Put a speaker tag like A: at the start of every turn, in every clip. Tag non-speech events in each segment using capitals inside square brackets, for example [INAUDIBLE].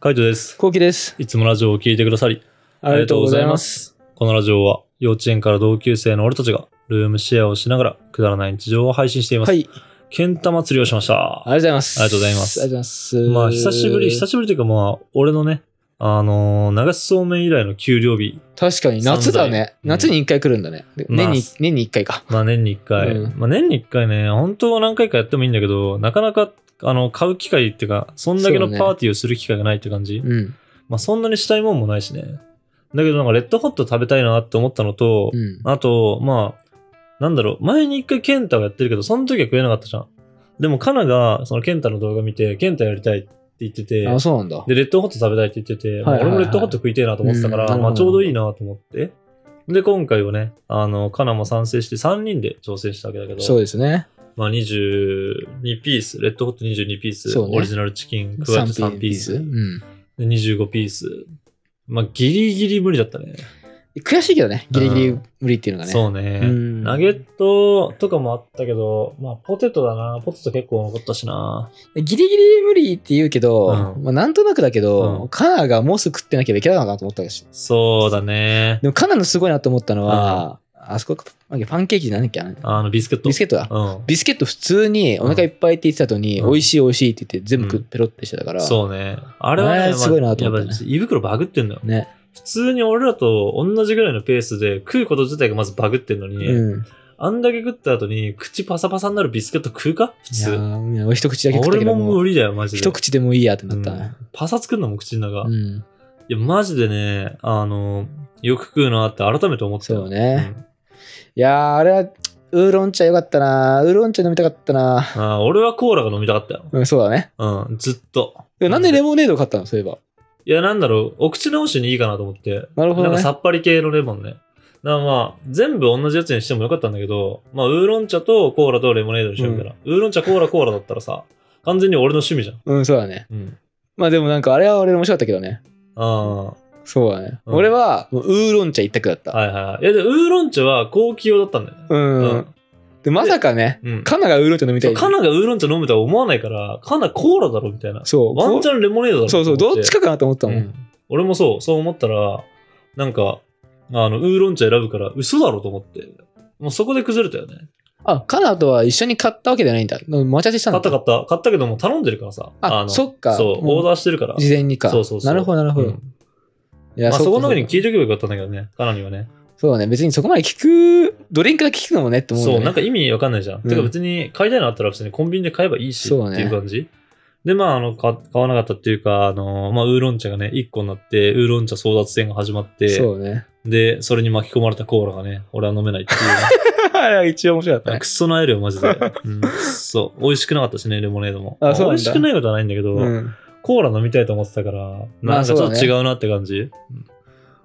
A: カイトです。
B: コウキです。
A: いつもラジオを聞いてくださり、
B: ありがとうございます。
A: このラジオは幼稚園から同級生の俺たちがルームシェアをしながらくだらない日常を配信しています。
B: はい。あり
A: ケンタ祭りをしました。
B: がとうございます。
A: ありがとうございます
B: ありがとうございます。
A: まあ、久しぶり、久しぶりというかまあ、俺のね、あのー流しそうめん以来の給料日、
B: 確かに夏だね。
A: 散々
B: 夏に一回来るんだね。で
A: まあ
B: 年に、年に一回か。
A: まあ年に1回、
B: うん
A: まあ年に1回ね、本当は何回かやってもいいんだけど、なかなか、あの、買う機会っていうか、そんだけの
B: そうね
A: パーティーをする機会がないって感じ。
B: うん。
A: まあそんなにしたいもんもないしね。だけどなんかレッドホット食べたいなって思ったのと、
B: うん。
A: あと、まあ、なんだろう、前に一回ケンタがやってるけど、その時は食えなかったじゃん。でも、カナが、そのケンタの動画見て、ケンタやりたいって言ってて、
B: あ、そうなんだ。
A: で、レッドホット食べたいって言ってて、
B: はいはいは
A: ま
B: い
A: あ俺もレッドホット食いてえなと思ってたから、
B: うん
A: まあ、
B: なるほど
A: ちょうどいいなと思って。で、今回はね、あの、カナも賛成して3人で挑戦したわけだけど、
B: そうですね。
A: まあ22ピース、レッドホット22ピース、
B: そうね
A: オリジナルチキン加えて
B: 3
A: 3
B: ピ
A: ピ
B: ー
A: ー
B: ス。
A: ス、
B: うん。
A: で25ピース。まあ、ギリギリ無理だったね。
B: 悔しいけどね。ギリギリ無理っていうのがね。
A: そうね。
B: うん
A: ナゲットとかもあったけど、まあ、ポテトだな。ポテト結構残ったしな。
B: ギリギリ無理って言うけど、
A: うん
B: まあなんとなくだけ
A: う
B: ど、
A: ん
B: カナがもうすぐ食ってなきゃいけないのかなと思ったし。
A: そうだね。
B: でもカナのすごいなと思ったのは、あそこ、パンケーキじゃなきゃな。
A: あの、ビスケット。
B: ビスケットだ。
A: うん。
B: ビスケット普通にお腹いっぱいって言ってた後に、
A: うん
B: 美味しい美味しいって言って全部
A: う
B: く
A: ん
B: ペロってしてたから、
A: そうね。あれはね、
B: あれ
A: まあ
B: すごいなと思ったね
A: やっぱ胃袋バグってんのよ。
B: ね。
A: 普通に俺らと同じぐらいのペースで食うこと自体がまずバグってんのに、
B: うん。
A: あんだけ食った後に口パサパサになるビスケット食うか普
B: いや
A: 通。
B: ー俺一口だけ食った
A: 俺
B: けど
A: も
B: も
A: 無理だよ、マジで。
B: 一口でもいいやってなっ
A: う
B: た
A: ん。パサ作んのも口の中。
B: うん。
A: いや、マジでね、あの、よく食うなって改めて思ったよ
B: そうね。いやー、あれは、ウーロン茶よかったなウーロン茶飲みたかった
A: う
B: な
A: んあー俺はコーラが飲みたかったよ。
B: うん、そうだね。
A: うん、ずっと。
B: でもなんでレ
A: モン
B: モネード買ったのそういえば。
A: いや、なんだろう、お口直しにいいかなと思って。
B: なるほどね
A: んかさっぱり系のレモンね。だからまあ、全部同じやつにしてもよかったんだけど、まあ、ウーロン茶とコーラとレモネードにしようみたいな。ウーロン茶、コーラ、コーラだったらさ、完全に俺の趣味じゃん。
B: うん、そうだね。
A: うん。
B: まあでもなんか、あれは俺面白かったけどね。
A: あ
B: そうだね。
A: うん
B: 俺は、もうウーロン茶一択だっ
A: あ、
B: た。
A: はいはいはい。いや、で、ウーロン茶は高級用だったんだよね。
B: うん、
A: うん
B: で、まさかね、
A: うん。
B: カナがウーロン茶飲みた
A: そう
B: い。
A: カナがウーロン茶飲むとは思わないから、カナコーラだろみたいな。
B: そう。
A: ワンチャンレモネードだろ
B: そうそう、
A: と思
B: ど
A: て
B: っちかかなと思ったもん。
A: うん俺もそう、そう思ったら、なんか、あの、ウーロン茶選ぶから、嘘だろと思って。もうそこで崩れたよね。
B: あ、カナとは一緒に買ったわけじゃないんだ。待ち合わせしたん
A: 買
B: だ。
A: った買った。買ったけどもう頼んでるからさ。
B: あ
A: の
B: そっか
A: そう、
B: もう
A: オーダーしてるから。
B: 事前にか。
A: そうそうそう
B: なるほど、なるほど。
A: うん
B: いや
A: まあ、
B: う
A: そ
B: か
A: この上に
B: そうか
A: 聞いておけばよかったんだけどね、カナにはね。
B: そうね、別にそこまで聞く、ドリンクだけ聞くのもねって思うんだ
A: そ
B: よ
A: う、
B: ね。 [LAUGHS]
A: なんか意味わかんないじゃん。
B: うん
A: てか別に買いたいのあったら別にコンビニで買えばいいし、
B: そうね
A: っていう感じ。で、まあ、あの、か買わなかったっていうか、あの、まあ、ウーロン茶がね、1個になって、ウーロン茶争奪戦が始まって、
B: そうね。
A: で、それに巻き込まれたコーラがね、俺は飲めないっていうね、
B: あれは一応面白かった
A: あ
B: ね
A: く。っそなえるよ、マ
B: [LAUGHS]
A: ジで。うん、そう。美味しくなかったしね、レモネードも。
B: あそうなん
A: 美
B: だ
A: 味しくないことはないんだけど、
B: うん、
A: コーラ飲みたいと思ってたから、
B: ま
A: な
B: あ
A: んかちょっと
B: そう
A: 違
B: だ
A: うなって感じ。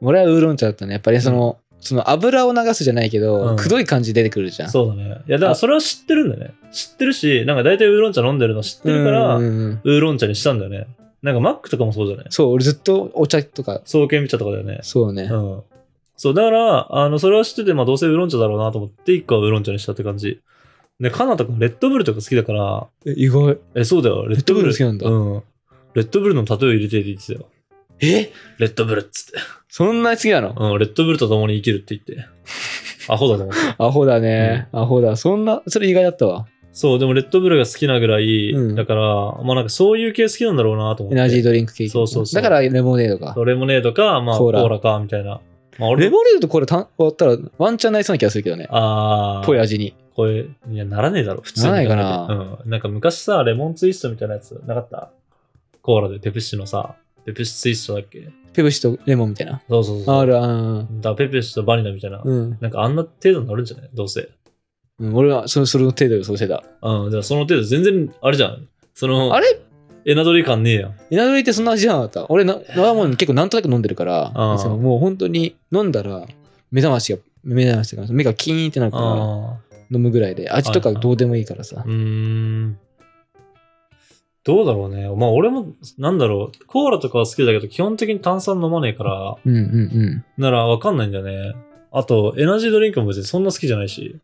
B: 俺はウーロン茶だったね。やっぱりその、その油を流すじゃないけど、
A: うん
B: くどい感じ出てくるじゃん。
A: そうだね。いや、だからそれは知ってるんだよね。知ってるし、なんか大体ウーロン茶飲んでるの知ってるから、
B: うん
A: ウ
B: うんうん
A: ーロン茶にしたんだよね。なんかマックとかもそうじゃない
B: そう、俺ずっとお茶とか、
A: 創建美茶とかだよね。
B: そうね。
A: うん。そう、だから、あの、それは知ってて、まあどうせウーロン茶だろうなと思って、一個はウーロン茶にしたって感じ。で、カナとかレッドブルとか好きだから、
B: え意外。
A: え、そうだよ、レッドブル
B: レッドブル好きなんだ
A: うん。レッドブルのタトゥー入れてって言ってたよ。
B: え
A: レッドブルっつって。
B: そんなに好きなの
A: うん、レッドブルと共に生きるって言って。 [LAUGHS] アホだと思って。
B: アホだね、アホだ。そんな、それ意外だったわ。
A: そう、でもレッドブルが好きなぐらい、
B: うん
A: だから、まあなんかそういう系好きなんだろうなと思っ
B: エ
A: て。
B: ナジードリンク系。
A: そうそうそう
B: だからレモネードか。
A: そうレモネードか、まあ
B: コ
A: コ
B: ー
A: ー
B: ラ
A: ラか、みたいな。まあ
B: レ
A: 俺、
B: モネードとこれた終わったらワンチャンなりそうな気がするけどね。
A: あー、
B: ぽい味に。
A: これ、いや、ならねえだろ、普通に。
B: ならないかな。
A: うん。なんか昔さ、レモンツイストみたいなやつなかったコーラで、ペプシのさ、ペプシツイストだっけ
B: ペプシとレモンみたいな。
A: そうそうそう。
B: あるあ
A: だからペプシとバニラみたいな。
B: うん。
A: なんかあんな程度になるんじゃないどうせ。
B: うん俺はそそれの程度予想してた。
A: うん、じゃあその程度全然、あれじゃん。その、
B: あれ
A: エナドリ感ねえやん。
B: エナドリってそんな味じゃなかった俺な、生もの結構なんとなく飲んでるから
A: あー、
B: そのもう本当に飲んだら目覚ましが、目覚ましが目がキーンってなるから
A: あ
B: 飲むぐらいで、味とか
A: はいはい
B: どうでもいいからさ
A: あ。う。ーん。どうだろうね。まあ俺も、なんだろう。コーラとかは好きだけど、基本的に炭酸飲まねえから、
B: うんうんうん。
A: ならわかんないんだよね。あと、エナジードリンクも別にそんな好きじゃないし。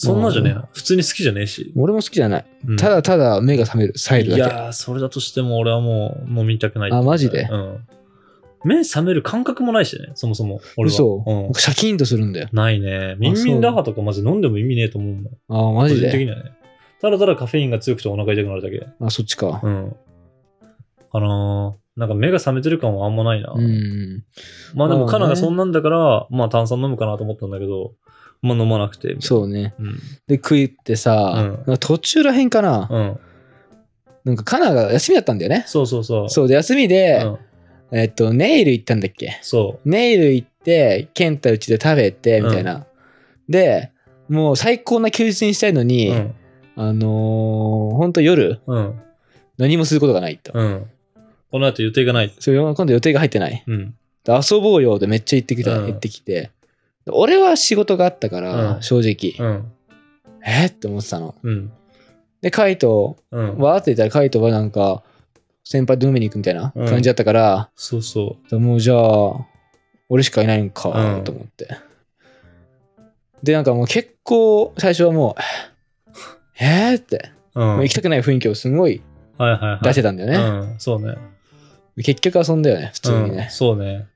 A: そんなじゃねえな。普通に好きじゃねえし。
B: 俺も好きじゃない。
A: うん
B: ただただ目が覚める、サイル
A: い
B: だけ。
A: やー、それだとしても俺はもう、もう見たくない。
B: あマジで
A: うん。目覚める感覚もないしね、そもそも。俺は。
B: 嘘、
A: うん。
B: シャキーンとするんだよ。
A: ないね。ミンミンラハとかマジ飲んでも意味ねえと思うもん。
B: ああ、マジ
A: 個人的
B: で。
A: にはね。ただただカフェインが強くてお腹痛くなるだけ。
B: あ、そっちか。
A: うん。かなーなんか目が覚めてる感はあんまないな。
B: うん。
A: まあでも
B: まあね
A: カナがそんなんだから、まあ炭酸飲むかなと思ったんだけど、まあ飲まなくて。みたいな
B: そうね。
A: うん。
B: で、食いってさ、
A: うん
B: なんか途中らへんかな、
A: うん。
B: なんかカナが休みだったんだよね。
A: そうそうそう。
B: そうで、休み
A: う
B: で、
A: ん。
B: えっと、ネイル行ったんだっけ
A: そ
B: ネイル行って、ケンタうちで食べて、みたいな。で、もう最高な休日にしたいの
A: う。
B: に、
A: うん。
B: あのー、ほんと夜、
A: うん。
B: 何もすることがないと。
A: うん。この後予定がない。
B: それ今度予定が入ってない。
A: うん。
B: で遊ぼうよでめっちゃ行ってきた、
A: うん
B: 行ってきて。で俺は仕事があったから、
A: うん
B: 正直、
A: うん。
B: えーって思ってたの。
A: うん。
B: で、カイト
A: うん。
B: は、って言ったら、カイトはなんか、先輩と飲みに行くみたいな感じだったから、
A: そうそ
B: もうじゃあ、俺しかいないん
A: う
B: か
A: ん、
B: と思って。で、なんかもう結構、最初はもう、えーって、
A: う。うん。
B: もう行きたくない雰囲気をすごい
A: はいはいはい。
B: 出してたんだよね。
A: うん。そうね。
B: 結局遊んだよね、普通に
A: うん。
B: ね。
A: そうね。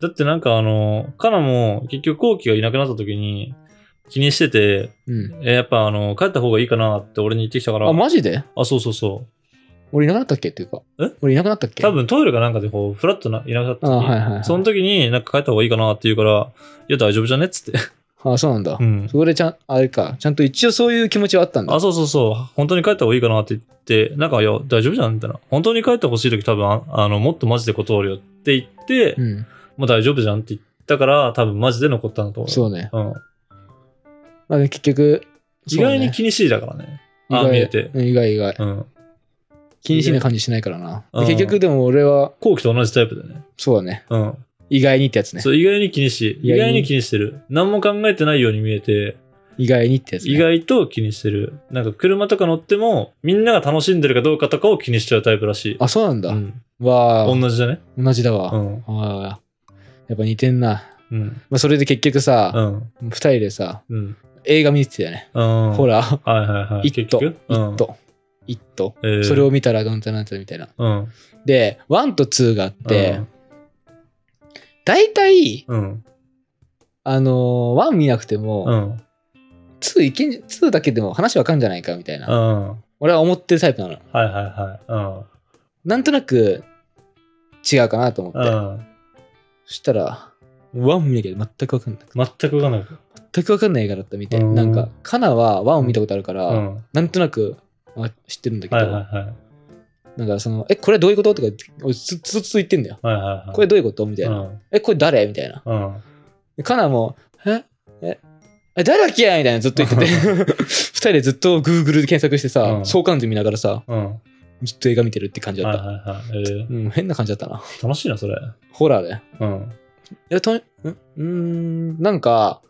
A: だってなんかあの、カナも結局後期がいなくなった時に気にしてて、
B: うん。
A: えやっぱあの、帰った方がいいかなって俺に言ってきたから。
B: あ、マジで
A: あ、そうそうそう。
B: 俺いなくなったっけっていうか。
A: え
B: 俺いなくなったっけ
A: 多分トイレかなんかでこう、フラッとないなくなった時
B: あはいはいはい
A: その時になんか帰った方がいいかなって言うから、いや大丈夫じゃねっつって。
B: あ、そうなんだ。
A: うん。
B: そこでちゃん、あれか、ちゃんと一応そういう気持ちはあったんだ。
A: あ、そうそうそう。本当に帰った方がいいかなって言って、なんかいや大丈夫じゃんみたいな。本当に帰ってほしい時多分あ、あの、もっとマジで断るよって言って、
B: うん。
A: もう大丈夫じゃんって言ったから、多分マジで残ったんだと思う。
B: そうね。
A: うん。
B: まあ、結局、
A: 意外に
B: そうね
A: 気にしいだからね。
B: 意
A: あ
B: 外
A: 見えて。
B: うん意外意外。
A: うん。
B: 気にしない感じしないからな。
A: うん
B: 結局でも俺は、
A: 後期と同じタイプだね。
B: そうだね。
A: うん。
B: 意外にってやつね
A: そ。う、意外に気にしい。
B: 意
A: 意
B: 外
A: 外
B: に
A: に気にしてる。何も考えてないように見えて、
B: 意外にってやつね。
A: 意外と気にしてる。なんか車とか乗っても、みんなが楽しんでるかどうかとかを気にしちゃうタイプらしい。
B: あ、そうなんだ。
A: うん。
B: わあ、
A: 同じだね。
B: 同じだ
A: う
B: わ。
A: ん。
B: あーやっぱ似てんな。
A: うん。
B: まあ、それで結局
A: う
B: さ、
A: ん。
B: 二人でさ、
A: うん。
B: 映画見てたよね。
A: うん。
B: ほ。ら、
A: はいはいはい。
B: [LAUGHS] イット、イ
A: 結局
B: ッ。ト、イット。
A: うんえー
B: それを見たらどんちゃらなんちゃらみたいな。
A: うん。
B: で、ワンとツーがあって、
A: うん
B: 大体、
A: うん。
B: あのー、ワン見なくても、
A: うん。
B: 2いけんじゃ、2だけでも話わかんじゃないかみたいな。
A: うん。はい
B: 俺は思ってるタイプなの。
A: はいは
B: なんとなく違うかなと思って。
A: い。うん。そ
B: そしたら、1見なきゃ全くわかんなく
A: うん。全くわかんない。
B: 全くわかんない映画だったみたい。
A: うん
B: なんか、カナは1を見たことあるから、
A: うん。
B: なんとなく、あ知ってるんだけど、
A: はいはいはい。
B: なんかその、え、これどういうこととか、俺ずずっと言ってんだよ。
A: はいはいはい。
B: これどういうことみたいな。
A: うん
B: え、これ誰みたいな。
A: うん。
B: でカナも、えええ、誰だっけみたいなずっと言ってて、 [LAUGHS] 二人でずっと Google で検索してさ、
A: うん
B: 相関図見ながらさ、
A: うん。は
B: ずっと映画見てるって感じ
A: い
B: だ
A: は
B: っ
A: い
B: た。
A: はい。えー
B: うん、変な感じだったな。
A: 楽しいな、それ。
B: ホラーで。
A: うん。
B: いや、とに、んうーん、なんか、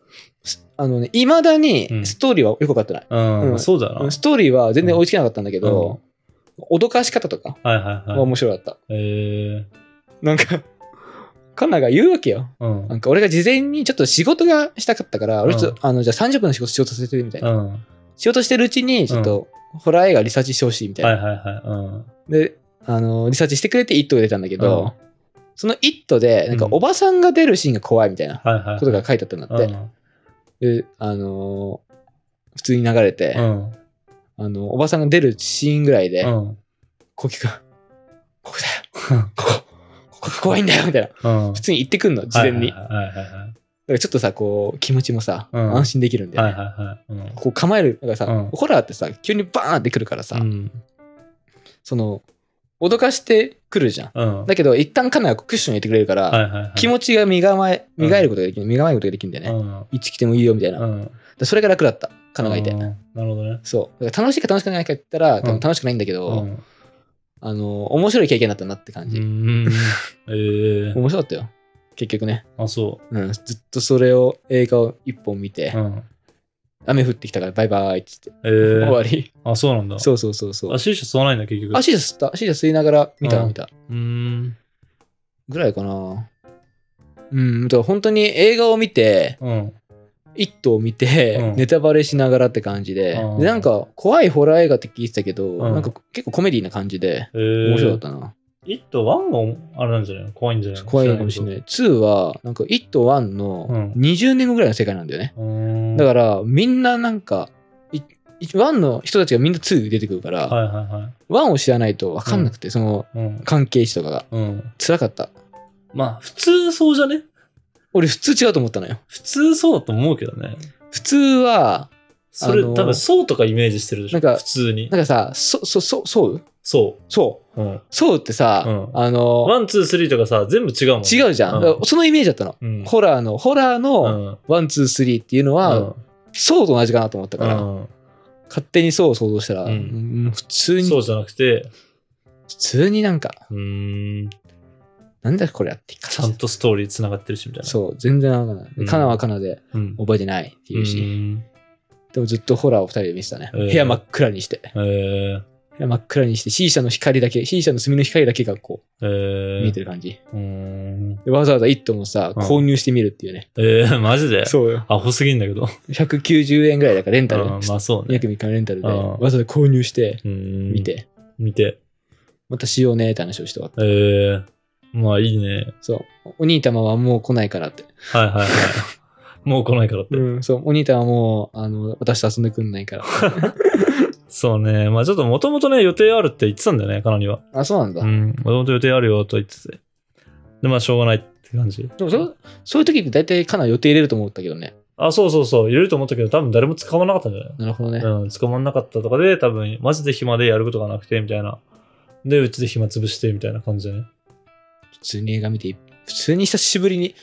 B: すあのね、いまだ
A: う
B: に
A: ん
B: ストーリーはよくわかってない。
A: う
B: うん
A: ん。そうだな。
B: ストーリーは全然追いつけなかったんだけど、脅かし方とか
A: はいはい
B: は
A: はい。
B: 面白かった。
A: え
B: なんか、 [LAUGHS] カナが言うわけよ。
A: ーうん
B: な。んか俺が事前にちょっと仕事がしたかったから、俺ちょ
A: う
B: っと、あの、じゃあ30分の仕事しようとさせてみたいうな。
A: ん。は
B: 仕事してるうちに、ちょっと、ホラー映画リサーチしてほしいみた
A: い
B: いな。
A: はいはい。うん。
B: で、あの、リサーチしてくれて、イットが出たんだけ
A: うん
B: ど、そのイットで、なんか、
A: うん
B: おばさんが出るシーンが怖いみたいな
A: はいはい。
B: ことが書いてあったんだって。で、あのー普通に流れて、
A: うん。
B: あの、おばさんが出るシーンぐらいで、
A: うん。うん。
B: コキ君、ここだよ、ここ、ここが怖いんだよ、みたいな。
A: うん
B: 普。通に言ってくんの、事前に。
A: はいはいはい
B: だからちょっとさ、こう、気持ちもさ、
A: うん
B: 安心できるんで、
A: はいはい。はいはいはい。うん
B: こう構える、だからさ、
A: うん
B: ホラーってさ、急にバーンってくるからさ、
A: うん。
B: その、脅かしてくるじゃん。
A: うん。
B: だけど、一旦カナがクッション入れてくれるから、
A: はいはいはい。
B: 気持ちが身構え、身がえることができる、身構えることができるんだよね。
A: うん。
B: いつ来てもいいよみたいな。だ
A: う
B: か
A: ん。
B: らそれが楽だった、カナがいて
A: う。んなるほどね。
B: そう。だから楽しいか楽しくないかって言ったら、多分楽しくないんだけど、 [LAUGHS]
A: うん
B: あの、面白い経験だったなって
A: う
B: 感じ。
A: ん。えー
B: 面白かったよ。結局ね。
A: あ、そ
B: うん。ずっとそれを、映画を一本見て、
A: う。うん。
B: 雨降ってきたからバイバイって言って、
A: え
B: 終わ
A: ー
B: り。
A: あ、そうなんだ。
B: そうそうそうそう
A: あ、。シーシャ吸わないんだ、結局。
B: あ、シーシャ吸った。シーシャ吸いながら見た
A: うん
B: 見た。
A: うーん。
B: ぐらいかな。うん。だから本当に映画を見て、
A: うん。
B: 一頭見て、
C: うん
B: ネタバレしながらって感じで、
C: うん
B: でなんか怖いホラー映画って聞いてたけど、
C: ん
B: なんか結構コメディな感じで、
A: えー、
B: 面白かったな。
A: 1と1があれなんじゃないの怖いんじゃないの
B: 怖いかもしれない。2は、なんか1と1
C: う
B: の
C: ん
B: 20年後ぐらいの世界なんだよね。
A: うーん
B: だから、みんななんか、い1の人たちがみんな2で出てくるから、
A: はいはいはい。
B: 1を知らないと分かんなくて、その
C: うん。
B: 関係値とかが
C: うん。
B: 辛かった。
A: まあ、普通そうじゃね
B: 俺普通違うと思ったのよ。
A: 普通そうだと思うけどね。
B: 普通は、
A: それ、
B: あのー
A: 多分、そうとかイメージしてるでしょ。
B: なんか
A: 普通に
B: な。んかさ、そ、そ、そ、そう
A: そ。
B: そう
A: うん。
B: そうってさ、
A: うん
B: あの、
A: ワン、ツー、スリーとかさ、全部違うもんね。
B: 違うじゃん。
A: うん
B: だからそのイメージだったの。
A: うん。
B: ホラーの、ホラー
A: う
B: の、
A: ん。
B: ワン、ツー、スリーっていうのは、そうと同じかなと思った
A: う
B: から、
A: ん。
B: 勝手にそうを想像したら、
A: うん
B: うん普通
A: うん。
B: に、
A: そ
B: 普
A: うじゃなくて、
B: 通になんか、
A: うーん。
B: なんだこれやって、か
A: ちゃんとストーリー繋がってるし、みたいな。
B: そう、全然わかんない。
A: うん
B: カナはカナで
A: うん。
B: 覚えてないっていうし、
A: ん。
B: でもずっとホラーを二人で見てたね。
A: え
B: 部
A: ー
B: 屋真っ暗にして、
A: えー、
B: 部屋真っ暗にして、C 社の光だけ、C 社の墨の光だけがこ
A: え
B: う、
A: ー、
B: 見えてる感じ。
A: うーん。
B: でわざわざ1頭もさ、
A: うん
B: 購入してみるっていうね。
A: えー、マジで
B: そうよ。
A: アホすぎんだけど。
B: 190円ぐらいだからレンタル。
A: うんまあそうね。
B: 約3日のレンタルで、
A: うん
B: わざわざ購入して、
A: うん。
B: 見。て、
A: 見て。
B: またしようねって話をして終わっ
A: えー、まあいいね。
B: た。そう。お兄様はもう来ないからって。
A: はいはいはい。もう来ないからって。
B: うん、そう。お兄様はもう、あの、私と遊んでくんないから。
A: そうね。まあちょっともともとね、予定あるって言ってたんだよね、かなには。
B: あ、そうなんだ。
A: うん。もともと予定あるよと言ってて。で、まあしょうがないって感じ。
B: でもそ、そういう時って大体かなり予定入れると思ったけどね。
A: あ、そうそうそう。入れると思ったけど、多分誰も捕まんなかったんじゃない
B: なるほどね。
A: うん、捕まんなかったとかで、多分、マジで暇でやることがなくて、みたいな。で、うちで暇潰して、みたいな感じだね。
B: 普通に映画見て、普通に久しぶりに、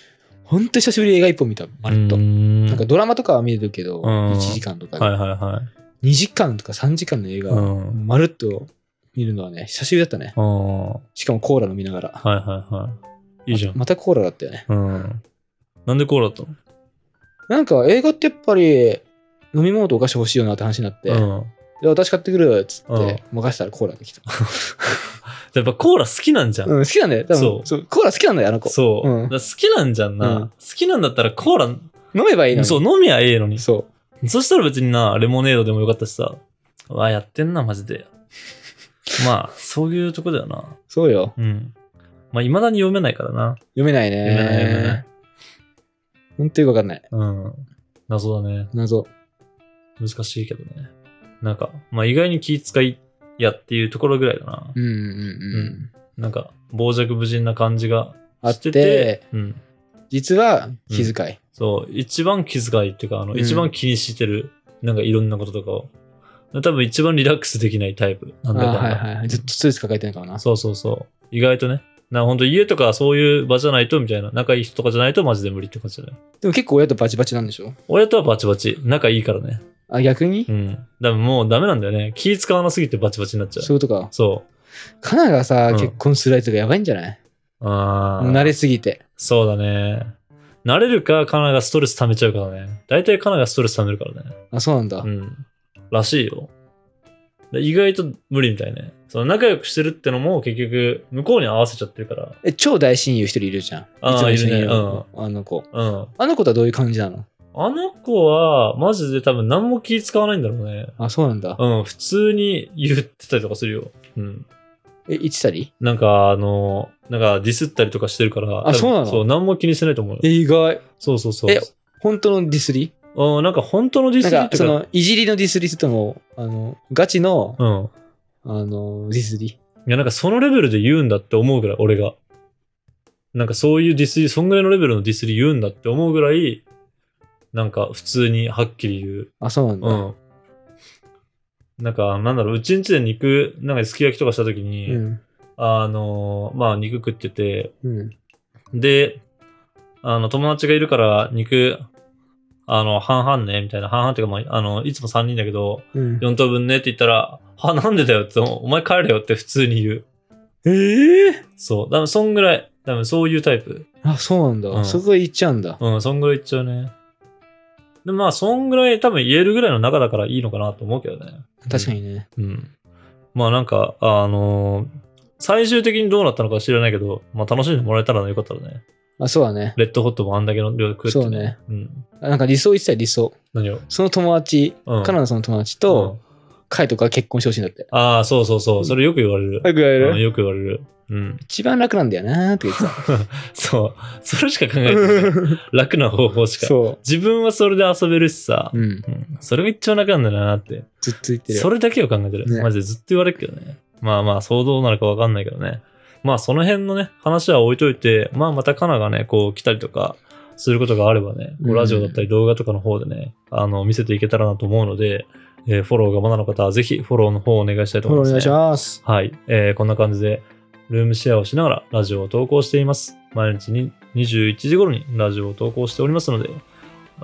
B: ほんと久しぶりに映画一本見た、まるっと。
A: な
B: なんかドラマとかは見れるけど、
A: うん
B: 1時間とか、
A: はいはいはい。
B: 2時間とか3時間の映画、
A: うん。
B: まるっと見るのはね、久しぶりだったね。
A: うん。は
B: しかもコーラ飲みながら。
A: いはいはい。いいじゃん。
B: またコーラだったよね。
A: うん。なんでこうだったの
B: なんか映画ってやっぱり、飲み物とお菓子欲しいよなって話になって、
A: うん。 [LAUGHS]
B: で私買ってくるっつって、
A: うん
B: 任せたらコーラできた。
A: やっぱコーラ好きなんじゃん。
B: うん、好きなんだよ。多分
A: そう
B: そうコーラ好きなんだよ、あの子。
A: そう。
B: うん
A: だから好きなんじゃんな。
B: うん
A: 好きなんだったらコーラ、
B: 飲めばいいのに。
A: そう、飲みゃええのに。
B: そう。
A: そしたら別にな、レモネードでもよかったしさ。うわ、やってんな、マジで。 [LAUGHS] まあ、そういうとこだよな。
B: そうよ。
A: うん。まあ、未だに読めないからな。
B: 読めないね。
A: 読めない読めない
B: ほんとよくわかんない。
A: うん。謎だね。
B: 謎。
A: 難しいけどね。なんか、まあ意外に気遣いやっていうところぐらいだな。
B: うんうんうん。
A: うんなんか、傍若無人な感じが
B: あっ
A: して
B: て、
A: て、うん。
B: 実は気遣い。
A: そう、一番気遣いっていうか、あの、
B: うん
A: 一番気にしてる、なんかいろんなこととかを。多分一番リラックスできないタイプなんだ
B: あ
A: か
B: ー
A: ら
B: はいはいはい。ずっとストレス抱えてるのかもな。
A: そうそうそう。意外とね。なんか本当家とかそういう場じゃないとみたいな。仲いい人とかじゃないとマジで無理って感じじゃない。
B: でも結構親とバチバチなんでしょ
A: 親とはバチバチ。仲いいからね。
B: あ、逆に、
A: うん。多分もうダメなんだよね。気使わなすぎてバチバチになっちゃ
B: そ
A: う。
B: ういうことか。
A: そ
B: カナがさ、
A: うん。
B: 結婚する相手がやばいんじゃないう
A: あー
B: 慣れすぎて。
A: そうだね。慣れるか、カナがストレス溜めちゃうからね。大体カナがストレス溜めるからね。
B: あ、そうなんだ。
A: うん。らしいよ。で意外と無理みたいね。その仲良くしてるってのも結局、向こうに合わせちゃってるから。
B: え、超大親友一人いるじゃん。
A: あー
B: いつも一緒にい
A: い
B: る
A: るねう
B: あの子。
A: うん。
B: あの子とはどういう感じなの
A: あの子は、マジで多分何も気使わないんだろうね。
B: あ、そうなんだ。
A: うん、普通に言ってたりとかするよ。うん。
B: え、言ってたり
A: なんか、あの、なんかディスったりとかしてるから。
B: あ
A: 多分
B: そうなの
A: そう、何も気にしてないと思うよ
B: え、。意外。
A: そうそうそう。
B: え本当のディスり
A: うん、なんか本当のディス
B: な
A: りっ
B: んか、
A: て
B: そ
A: いう
B: の、いじりのディスりそれとも、あの、ガチの、
A: か、うん。
B: あの、ディスり。
A: いや、なんかそのレベルで言うんだって思うぐらい、俺が。なんかそういうディスリ、そんぐらいのレベルのディスリ言うんだって思うぐらい、なんか普通にはっきり言
B: あ、そうなんだ。
A: う。うん。なんか、なんだろう、うちんちで肉、なんかすき焼きとかした時に、
B: うん。
A: あの、まあ肉食ってて、
B: うん。
A: で、あの、友達がいるから肉、あの、半々ね、みたいな、半々っていうか、まあ、あの、いつも3人だけど、
B: うん、
A: 4等分ねって言ったら、あ、なんでだよって、お前帰れよって普通に言う。
B: ええ
A: そう。多分そんぐらい。多分そういうタイプ。
B: あ、そうなんだ。
A: うん
B: そこ言っちゃうんだ。
A: うん、そんぐらいいっちゃうね。で、まあ、そんぐらい多分言えるぐらいの中だからいいのかなと思うけどね。
B: 確かにね。
A: うん。まあ、なんか、あのー最終的にどうなったのか知らないけど、まあ、楽しんでもらえたらよかったらね。
B: あ、そうだね。
A: レッドホットもあんだけの量食ってね。
B: そうね
A: うん。
B: なんか理想言ってたよ理想。
A: 何を
B: その友達、
A: うん
B: カナダその友達と、
A: うん
B: カイトが結婚してほしいんだって。
A: ああ、そうそうそう。それよく言われる。
B: よく言われ
A: うん
B: る
A: よく言われる。うん。
B: 一番楽なんだよなーって言って
A: そう。それしか考えてない。
B: た。
A: 楽な方法しか。
B: そ
A: 自分はそれで遊べるしさ
B: う。。うん。
A: うんそれが一番楽なんだなって。
B: ずっと言ってるよ。
A: それだけを考えてる。
B: ね
A: マジでずっと言われるけどね。まあまあ、そうどうなるかわかんないけどね。まあ、その辺のね、話は置いといて、まあ、またカナがね、こう来たりとか、することがあればね、こう
B: うん
A: ラジオだったり動画とかの方でね、あの、見せていけたらなと思うので、えーフォローがまだの方は、ぜひフォローの方をお願いしたいと
B: フォ
A: 思い
B: ロ
A: ま
B: ー
A: す、ね。
B: お願いします。
A: はい、えーこんな感じでルームシェアをしながらラジオを投稿しています。毎日に21時頃にラジオを投稿しておりますので、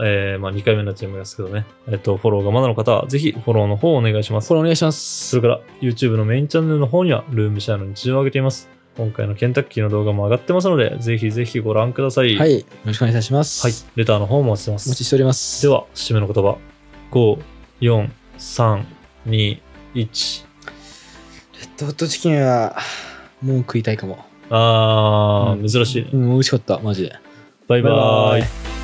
A: えーまあ、2回目になっちゃいますけどね、えっとフォローがまだの方はぜひフォローの方をお願いします
B: フォ。ローお願いしま
A: そ
B: す。
A: れから YouTube のメインチャンネルの方にはルームシェアの日常を上げています。今回のケンタッキーの動画も上がってますので、ぜひぜひご覧ください。
B: は
A: はい、
B: い。よろしくお願いいたします。
A: レターの方もお待ちしてま
B: お待ち
A: す。
B: しております。
A: では、締めの言葉。5、4、3、2、1。
B: レッドホットチキンは、もう食いたいかも。
A: あー、珍しいね。
B: うん、美味しかった、マジで。
A: バイバ
B: バイバ
A: ー
B: ー
A: イ
B: イ。